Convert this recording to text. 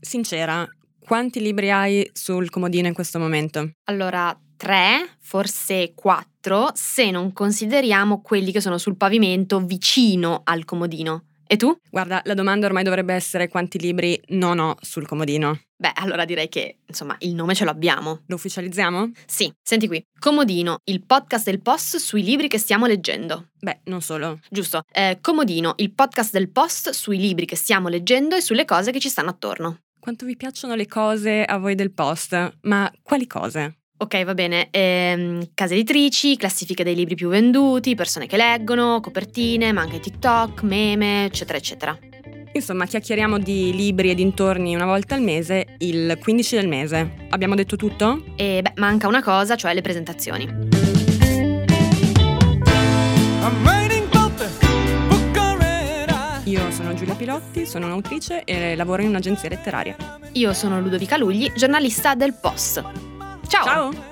Sincera, quanti libri hai sul comodino in questo momento? Allora, tre, forse quattro, se non consideriamo quelli che sono sul pavimento vicino al comodino. E tu? Guarda, la domanda ormai dovrebbe essere quanti libri non ho sul comodino. Beh, allora direi che, insomma, il nome ce l'abbiamo. Lo ufficializziamo? Sì, senti qui. Comodino, il podcast del Post sui libri che stiamo leggendo. Beh, non solo. Giusto. eh, Comodino, il podcast del Post sui libri che stiamo leggendo e sulle cose che ci stanno attorno. Quanto vi piacciono le cose a voi del post? Ma quali cose? Ok, va bene. Ehm, case editrici, classifiche dei libri più venduti, persone che leggono, copertine, ma anche TikTok, meme, eccetera, eccetera. Insomma, chiacchieriamo di libri e dintorni una volta al mese, il 15 del mese. Abbiamo detto tutto? E beh, manca una cosa, cioè le presentazioni. I'm waiting for the book I read. I- Io sono Giulia Pilotti, sono un'autrice e lavoro in un'agenzia letteraria. Io sono Ludovica Lugli, giornalista del Post. Ciao! Ciao.